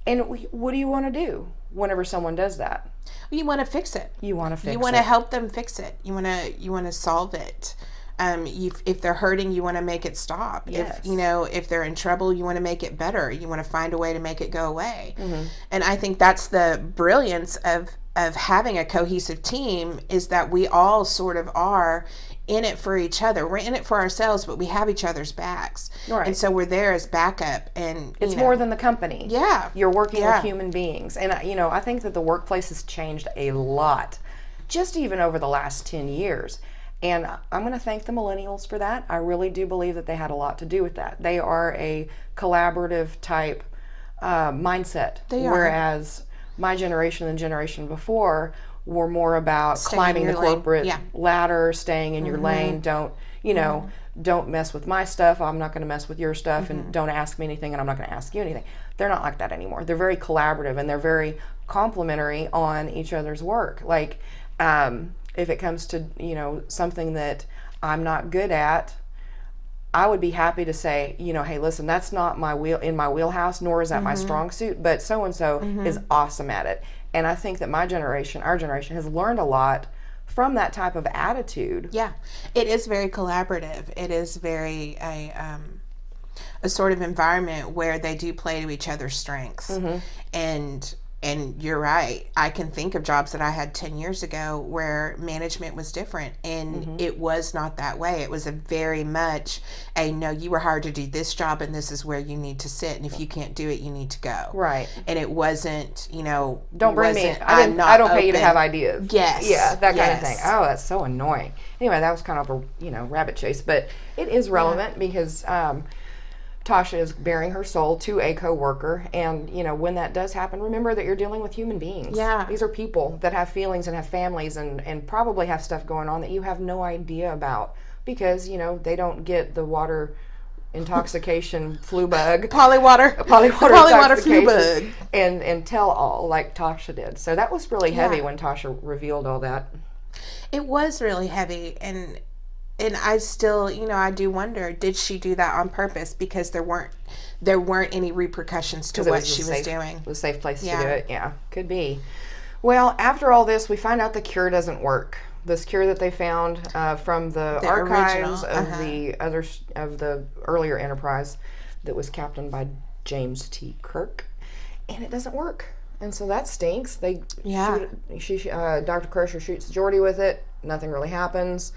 And wh- what do you want to do whenever someone does that? you want to fix it You want to fix you want it. to help them fix it you want to you want to solve it um you if they're hurting you want to make it stop Yes. if you know if they're in trouble you want to make it better you want to find a way to make it go away Mm-hmm. and i think that's the brilliance of of having a cohesive team is that we all sort of are in it for each other we're in it for ourselves but we have each other's backs Right. and so we're there as backup and It's more than the company. yeah You're working Yeah. with human beings. And, uh, you know, I think that the workplace has changed a lot, just even over the last 10 years. And I- I'm going to thank the millennials for that. I really do believe that they had a lot to do with that. They are a collaborative type uh, mindset. They are. Whereas my generation and the generation before were more about in climbing the your lane. corporate Yeah. Mm-hmm. ladder, staying in your lane. Don't, you know, don't mess with my stuff. I'm not going to mess with your stuff. Mm-hmm. And don't ask me anything. And I'm not going to ask you anything. They're not like that anymore. They're very collaborative and they're very complimentary on each other's work. Like, um, if it comes to, you know, something that I'm not good at, I would be happy to say, you know, hey, listen, that's not my wheel in my wheelhouse, nor is that my strong suit, but so and so is awesome at it. And I think that my generation, our generation, has learned a lot from that type of attitude. Yeah, it is very collaborative. It is very a um, a sort of environment where they do play to each other's strengths. Mm-hmm. And and you're right. I can think of jobs that I had ten years ago where management was different, and Mm-hmm. it was not that way. It was a very much a no. You were hired to do this job, and this is where you need to sit. And if you can't do it, you need to go. Right. And it wasn't, you know, Don't bring me. wasn't, I, I'm didn't, not I don't pay you to open." have ideas. Yes, Yeah, that kind of yes. thing. Oh, that's so annoying. Anyway, that was kind of a you know rabbit chase, but it is relevant because um, Tasha is bearing her soul to a coworker, and you know when that does happen, remember that you're dealing with human beings. Yeah. these are people that have feelings and have families and and probably have stuff going on that you have no idea about because you know they don't get the water intoxication flu *laughs* bug Polywater. polywater Polywater flu bug. intoxication and and tell all like Tasha did. So that was really heavy when Tasha revealed all that. It was really heavy and and I still, you know, I do wonder did she do that on purpose because there weren't there weren't any repercussions to It what a she was safe- doing. was a safe place Yeah. to do it. Yeah, could be. Well, after all this, we find out the cure doesn't work. This cure that they found uh, from the, archives original, of uh-huh. the other s- of the earlier Enterprise that was captained by James T. Kirk, and it doesn't work. And so that stinks. They Yeah. shoot- she, sh- uh, Dr. Crusher shoots Jordy with it. Nothing really happens.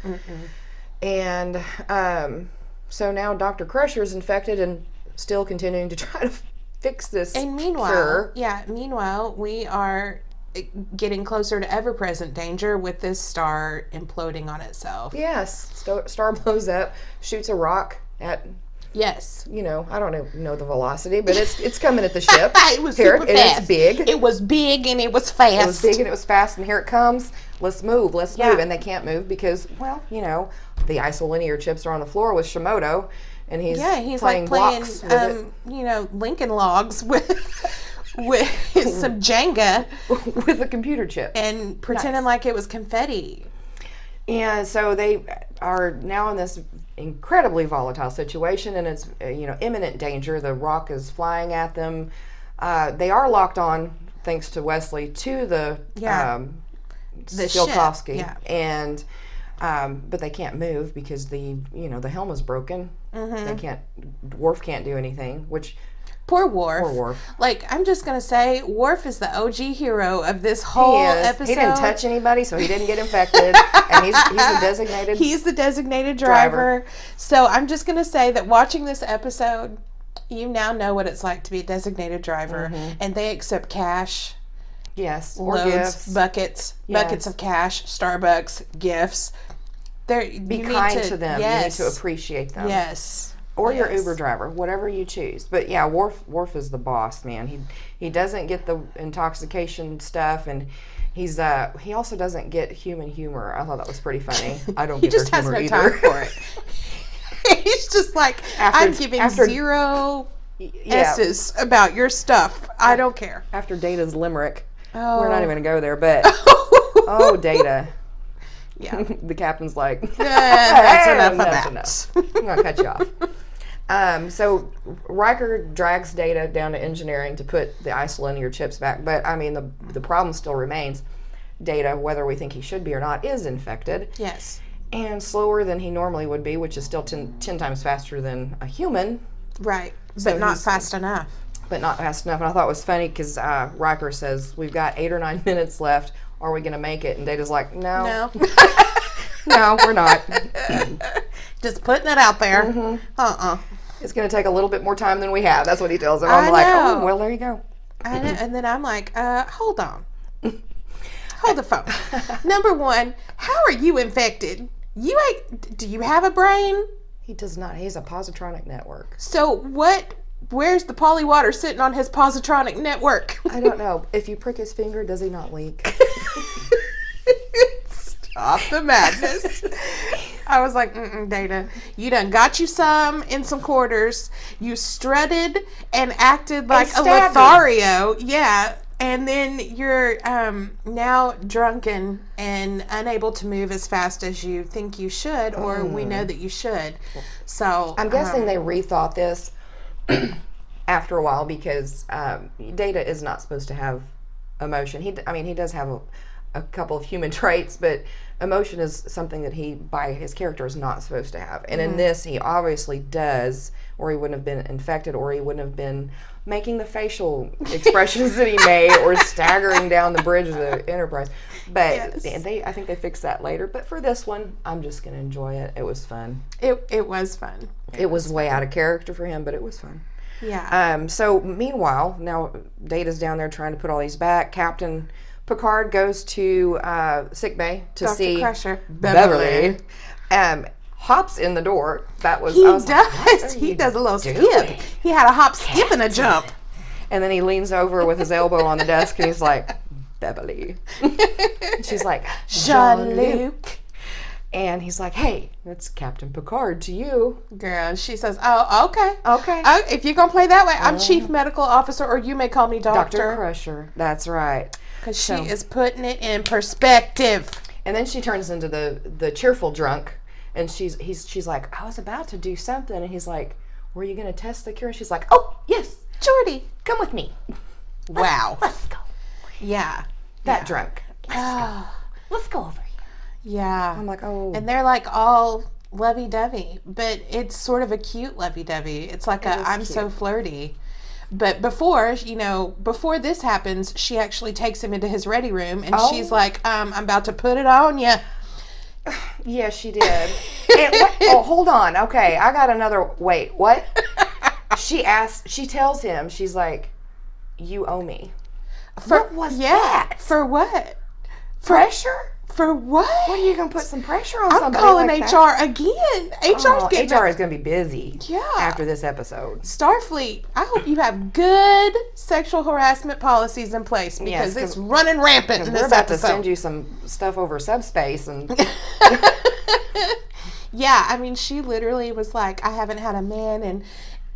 And um, so now Dr. Crusher is infected and still continuing to *laughs* try to f- fix this. And meanwhile, cure. yeah, meanwhile, we are eh, getting closer to ever present danger with this star imploding on itself. Yes, Sto- Star blows up, shoots a rock at Yes. you know I don't know, know the velocity, but it's it's coming *laughs* at the ship. It was Here, super and fast. it's big. It It was big and it was fast. was big and it was fast, and here it comes. Let's move, let's Yeah. move, and they can't move because well, you know, the isolinear chips are on the floor with Shimoto, and he's Yeah, he's playing like playing, blocks with it. um, you know, Lincoln Logs *laughs* with *laughs* with some Jenga um, with a computer chip. and pretending like it was confetti. And so they are now in this incredibly volatile situation, and it's uh, you know imminent danger. The rock is flying at them. Uh, they are locked on, thanks to Wesley, to the Yeah. um, The ship, Tsiolkovsky. yeah. and Um, but they can't move because the you know the helm is broken. Mm-hmm. They can't. Dwarf can't do anything. Which Poor Worf. poor Worf. Like, I'm just going to say, Worf is the OG hero of this whole he is. episode. He didn't touch anybody, so he didn't get *laughs* infected. and he's he's a designated. He's the designated driver. So I'm just going to say that watching this episode, you now know what it's like to be a designated driver, and they accept cash, yes. Mm-hmm. Or loads, gifts. buckets, Yes. buckets of cash, Starbucks, gifts. They're, Be you kind need to, to them. Yes, You need to appreciate them. yes. Or your yes. Uber driver, whatever you choose. But yeah, Worf Worf is the boss, man. He he doesn't get the intoxication stuff, and he's uh he also doesn't get human humor. I thought that was pretty funny. I don't *laughs* He get their just has no humor time either. *laughs* for it. He's just like, After- I'm giving after- zero yeah, S's about your stuff. I *laughs* don't care. after Data's limerick, Oh. we're not even gonna go there. But *laughs* oh, Data, yeah. *laughs* the captain's like, that's "Hey, enough of that's that. enough. I'm gonna cut you off. Um, so Riker drags Data down to engineering to put the isolinear chips back, but I mean the the problem still remains. Data, whether we think he should be or not, is infected *laughs* Yes. and slower than he normally would be, which is still ten, 10 times faster than a human, Right. but not fast enough. but not fast enough. And I thought it was funny because uh, Riker says, "We've got eight or nine *laughs* minutes left. Are we gonna make it?" And Data's like, "No, No. no we're not. *laughs* *laughs* Just putting it out there. Mm-hmm. Uh uh It's gonna take a little bit more time than we have." That's what he tells him. I'm I like, know. "Oh, well, there you go." I Mm-hmm. know. And then I'm like, uh, hold *laughs* on. Hold the phone. Number one, how are you infected? You ain't, do you have a brain? He does not. He's a positronic network. So what, where's the poly water sitting on his positronic network? I don't know. If you prick his finger, does he not leak? *laughs* Stop the madness. I was like, Mm-mm, Dana, you done got you some in some quarters. You strutted and acted like a stabbed Lothario. Yeah. And then you're um, now drunken and unable to move as fast as you think you should, or we know that you should. So Hmm. I'm guessing they rethought this *clears throat* after a while because um, Data is not supposed to have emotion. He, d- I mean, he does have a, a couple of human *laughs* traits, but emotion is something that he, by his character, is not supposed to have. And in this, he obviously does, or he wouldn't have been infected, or he wouldn't have been making the facial expressions that he made, or staggering down the bridge of the Enterprise. But Yes. they, I think they fixed that later. But for this one, I'm just gonna enjoy it. It was fun. it, it was fun. It was way out of character for him, but it was fun. Yeah. Um, so meanwhile, now Data's down there trying to put all these back. Captain Picard goes to uh, sick bay to Dr. see Crusher. Beverly. Um, hops in the door. That was, He I was like, does. *laughs* He does a little doing? skip. He had a hop, skip, and a jump. and then he leans over with his elbow on the desk and he's like, *laughs* Beverly. And she's like, Jean Jean-Luc. Luc. And he's like, hey, that's Captain Picard to you. Girl, she says, "Oh, okay, Okay. Oh, if you're gonna play that way, I'm chief medical officer, or you may call me Dr. doctor, Crusher. That's right. because she is putting it in perspective." And then she turns into the the cheerful drunk, and she's he's she's like, I was about to do something, and he's like, Were you gonna test the cure? She's like, Oh yes, Jordy, come with me. wow, Let's go. *laughs* yeah, That drunk. Uh, oh, Let's go over here. *sighs* yeah, I'm like, Oh, and they're like all lovey-dovey, but it's sort of a cute lovey-dovey. It's like a I'm so flirty. But before, you know, before this happens, she actually takes him into his ready room, and Oh. she's like, um, "I'm about to put it on you." yeah, she did. And *laughs* what- oh, hold on. Okay, I got another. Wait, what? she asks. She tells him. She's like, You owe me. For What was yeah, that? for what? Pressure? For what? What are you gonna put some pressure on I'm somebody? calling like that? HR again. HR's Oh, getting HR is gonna be busy. Yeah. After this episode. Starfleet. I hope you have good sexual harassment policies in place because 'cause- it's running rampant in We're this about to episode. send you some stuff over subspace, and yeah, I mean, she literally was like, "I haven't had a man in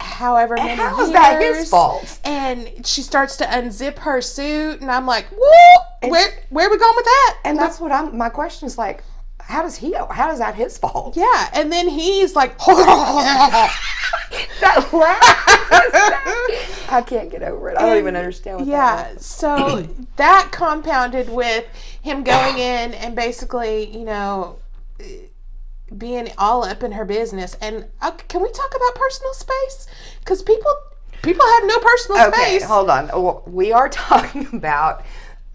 however many how years." is that his fault? And she starts to unzip her suit, and I'm like, "Woo! Where where we going with that?" *laughs* and that's what I'm. My question is like, how does he? How is that his fault? yeah, and then he's like, *laughs* *laughs* That *laughs* laugh. I can't get over it. I don't even understand. What that Yeah, so that compounded with him going in and basically, you know, being all up in her business. And uh, can we talk about personal space? Because people people have no personal Okay, space. hold on. Well, We are *laughs* talking about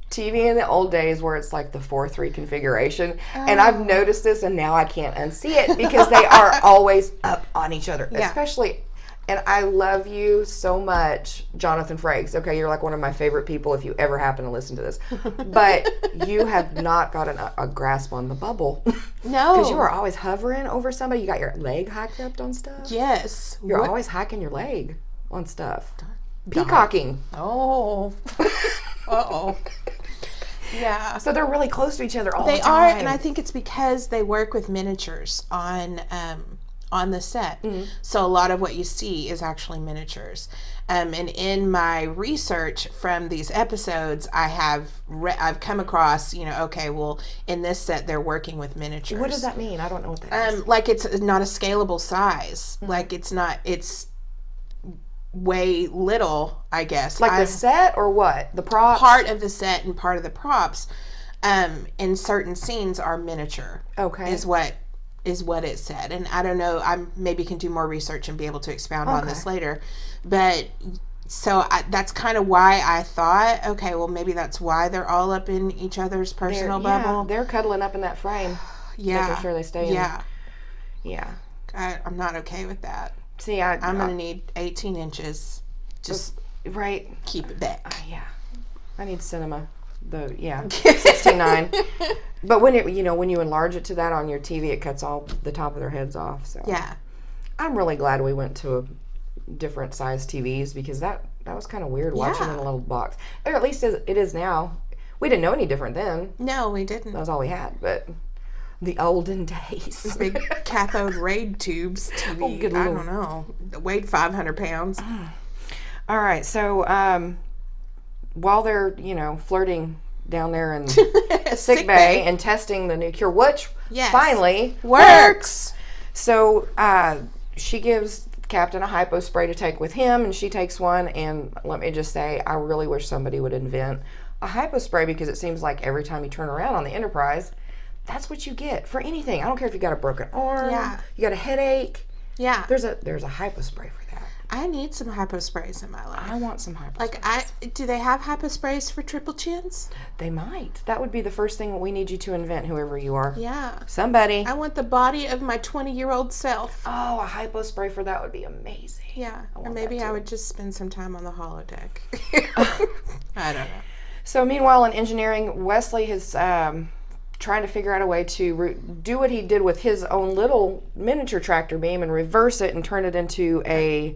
TV in the old days where it's like the 4 3 configuration. And Ah. I've noticed this and now I can't unsee it because they *laughs* are always up on each other, especially. And I love you so much, Jonathan Frakes. Okay, you're like one of my favorite people if you ever happen to listen to *laughs* this. But you have not gotten a, a grasp on the bubble. *laughs* No. Because you are always hovering over somebody. You got your leg hiked up on stuff. Yes. You're always hiking your leg on stuff. Peacocking. Oh. uh oh. *laughs* *laughs* Yeah. So they're really close to each other all They the are, time. and I think it's because they work with miniatures on um, on the set. Mm-hmm. So a lot of what you see is actually miniatures. Um, and in my research from these episodes, I have re- I've come across you know okay, well in this set they're working with miniatures. what does that mean? I don't know what that is. Um, like it's not a scalable size. Mm-hmm. Like it's not. It's way little, I guess. Like I- the set or what? The prop? part of the set and part of the props um in certain scenes are miniature okay. is what is what it said and i don't know i maybe can do more research and be able to expound on this later but so I, that's kind of why i thought okay well maybe that's why they're all up in each other's They're- personal yeah, bubble they're cuddling up in that frame. yeah Making sure they stay in. yeah Yeah. I, i'm not okay with that See, I, i'm I- gonna need 18 inches just right. keep it back Yeah. I need cinema. The *laughs* yeah, sixty nine. But when it you know when you enlarge it to that on your TV, it cuts all the top of their heads off. So yeah I'm really glad we went to a different size TVs because that that was kind of weird watching Yeah. in a little box. Or at least it it is now. We didn't know any different then. no we didn't That was all we had. But the olden *laughs* days. big cathode ray tubes TV. Oh, good I lord. don't know. It Weighed 500 pounds. all right. So um, while they're you know flirting down there *laughs* in sick bay and testing the new cure, which Yes. finally Works. So uh, she gives Captain a hypo spray to take with him, and she takes one. And let me just say, I really wish somebody would invent a hypo spray because it seems like every time you turn around on the Enterprise, that's what you get for anything. I don't care if you got a broken arm, Yeah. you got a headache. Yeah. There's a there's a hypo spray for that. I need some hypo sprays in my life. I want some hypo. Like I do they have hypo sprays for triple chins? they might. That would be the first thing we need you to invent, whoever you are. Yeah. Somebody. I want the body of my 20-year-old self. Oh, a hypo spray for that would be amazing. Yeah. Or maybe I would just spend some time on the holodeck. *laughs* I don't know. So meanwhile, in engineering, Wesley is um, trying to figure out a way to re- do what he did with his own little miniature tractor beam and reverse it and turn it into a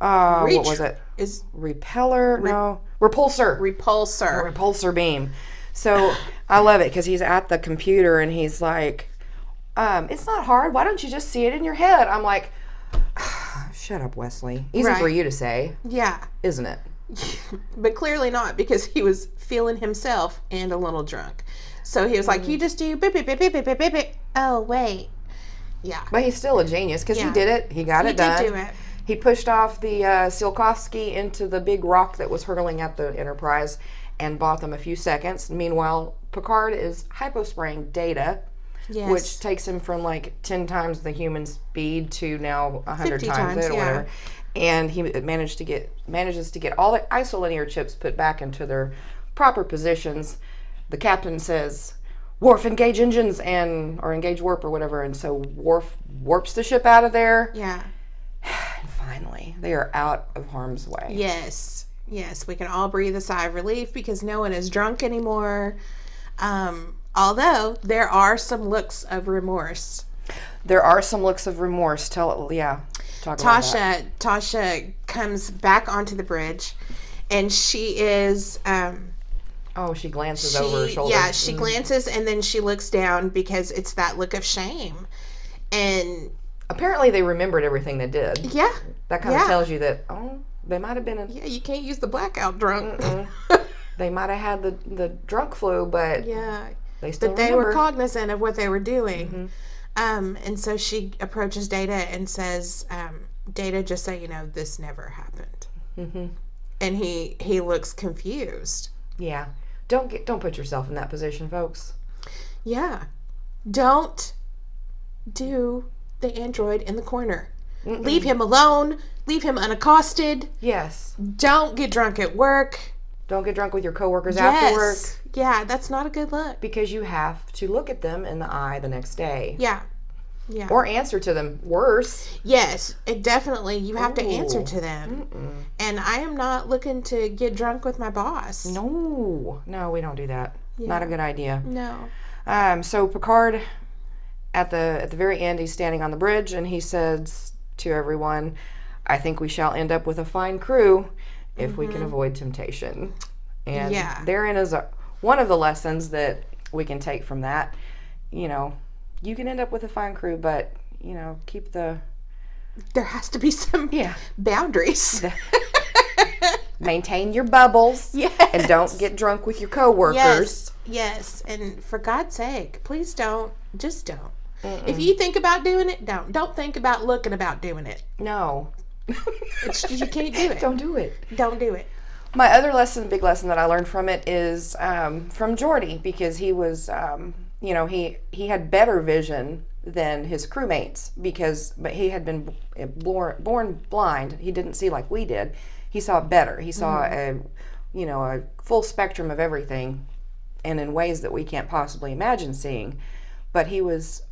uh, what Reach- was it? Is Repeller? no, repulsor. repulsor. repulsor beam. So I love it because he's at the computer and he's like, um, "It's not hard. Why don't you just see it in your head?" I'm like, *sighs* "Shut up, Wesley. Easy for Right. you to say, Yeah. *laughs* isn't it?" But clearly not because he was feeling himself and a little drunk. So he was like, "You just do beep beep beep beep beep beep beep." beep." Oh wait, yeah, But he's still a genius because he Yeah. did it. He got he it done. did do it. He pushed off the uh, Silkovsky into the big rock that was hurtling at the Enterprise and bought them a few seconds. Meanwhile, Picard is hypospraying data, Yes, which takes him from like 10 times the human speed to now 100 50 times, times, it or yeah. whatever. And he managed to get manages to get all the isolinear chips put back into their proper positions. The captain says, "Warp engage engines and or engage warp or whatever." And so Warp warps the ship out of there. yeah, Finally, they are out of harm's way. yes, yes. We can all breathe a sigh of relief because no one is drunk anymore. Um, although there are some looks of remorse. There are some looks of remorse. Tell yeah, talk about that. Tasha Tasha comes back onto the bridge, and she is. Um, Oh, she glances over her She- shoulder. Mm. Yeah, she glances and then she looks down because it's that look of shame. And Apparently, they remembered everything they did. yeah, That kind of Yeah. tells you that oh, they might have been in, yeah, you can't use the blackout drunk. they might have had the the drunk flu, but *laughs* yeah, they still they remember. Mm-hmm. were cognizant of what they were doing. Um, and so she approaches Data and says, um, "Data, just so you know, this never happened." Mm-hmm. And he he looks confused. yeah, don't get don't put yourself in that position, folks. Yeah, don't do the android in the corner. Leave him alone. Leave him unaccosted. Yes. Don't get drunk at work. Don't get drunk with your coworkers after work Yes. Yeah, that's not a good look. because you have to look at them in the eye the next day Yeah. or answer to them. Worse. Yes, it definitely. You have to answer Ooh. to them. And I am not looking to get drunk with my boss. No, no, we don't do that. Not a good idea. No. Um, so Picard, at the at the very end, he's standing on the bridge and he says to everyone, "I think we shall end up with a fine crew if we can avoid temptation." And Mm-hmm. Yeah. therein is a, one of the lessons that we can take from that. You know, you can end up with a fine crew, but you know, keep the There has to be some yeah, *laughs* boundaries. maintain your bubbles, *laughs* Yes. and don't get drunk with your coworkers. Yes. Yes. And for God's sake, please don't. Just don't. If you think about doing it, don't. Don't think about looking about doing it. No, It's, you *laughs* can't do it. don't do it. Don't do it. My other lesson, big lesson that I learned from it is um, from Jordy because he was, um, you know, he he had better vision than his crewmates because, but he had been b- born born blind. He didn't see like we did. He saw better. He saw a, you know, a full spectrum of everything, and in ways that we can't possibly imagine seeing. But he was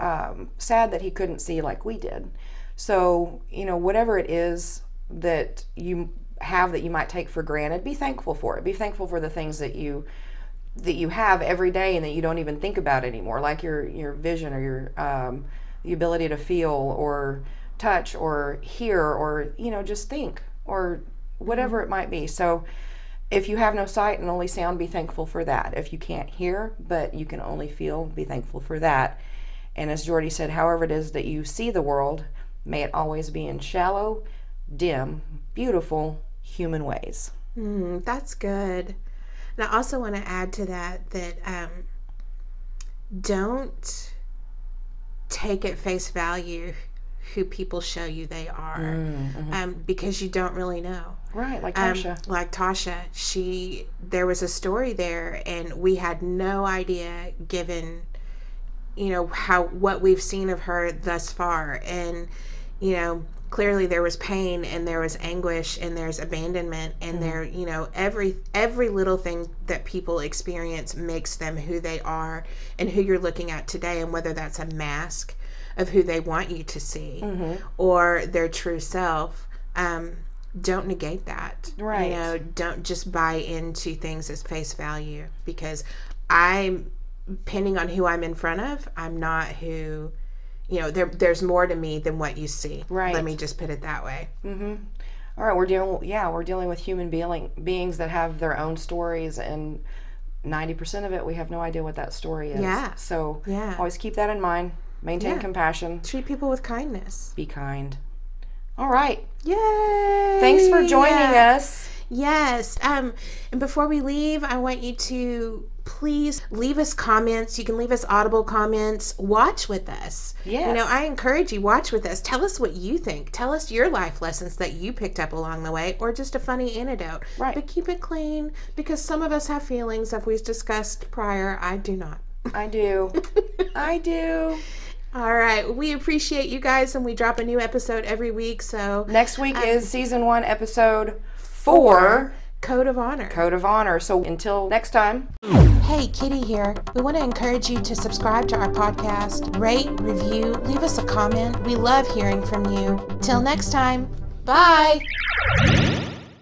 um, sad that he couldn't see like we did. So, you know, whatever it is that you have that you might take for granted, be thankful for it. Be thankful for the things that you that you have every day and that you don't even think about anymore, like your your vision or your um, the ability to feel or touch or hear or you know just think or whatever it might be. So. If you have no sight and only sound, be thankful for that. If you can't hear, but you can only feel, be thankful for that. And as Jordy said, however it is that you see the world, may it always be in shallow, dim, beautiful human ways. Mm, that's good. And I also want to add to that that um, don't take at face value who people show you they are um, because you don't really know. Right, like Um, Tasha. Like Tasha, she there was a story there, and we had no idea given, you know how what we've seen of her thus far, and you know clearly there was pain and there was anguish and there's abandonment and there you know every every little thing that people experience makes them who they are and who you're looking at today and whether that's a mask of who they want you to see or their true self um, don't negate that Right. you know don't just buy into things as face value because i'm depending on who i'm in front of i'm not who you know there, there's more to me than what you see Right. let me just put it that way All right, we're dealing yeah, we're dealing with human being, beings that have their own stories and 90% of it we have no idea what that story is. Yeah. So Yeah. always keep that in mind. Maintain Yeah. compassion. treat people with kindness Be kind. All right. yay Thanks for joining us. Yes. Um, and before we leave, I want you to please leave us comments. You can leave us audible comments. Watch with us. You know, Yes. I encourage you, watch with us. Tell us what you think. Tell us your life lessons that you picked up along the way or just a funny anecdote. Right. But keep it clean because some of us have feelings that we've discussed prior. I do not. *laughs* I do. I do. All right. We appreciate you guys and we drop a new episode every week. So, Next week is season 1 episode 4. code of honor. code of honor. So until next time. Hey, Kitty here. We want to encourage you to subscribe to our podcast, rate, review, leave us a comment. We love hearing from you. Till next time, bye.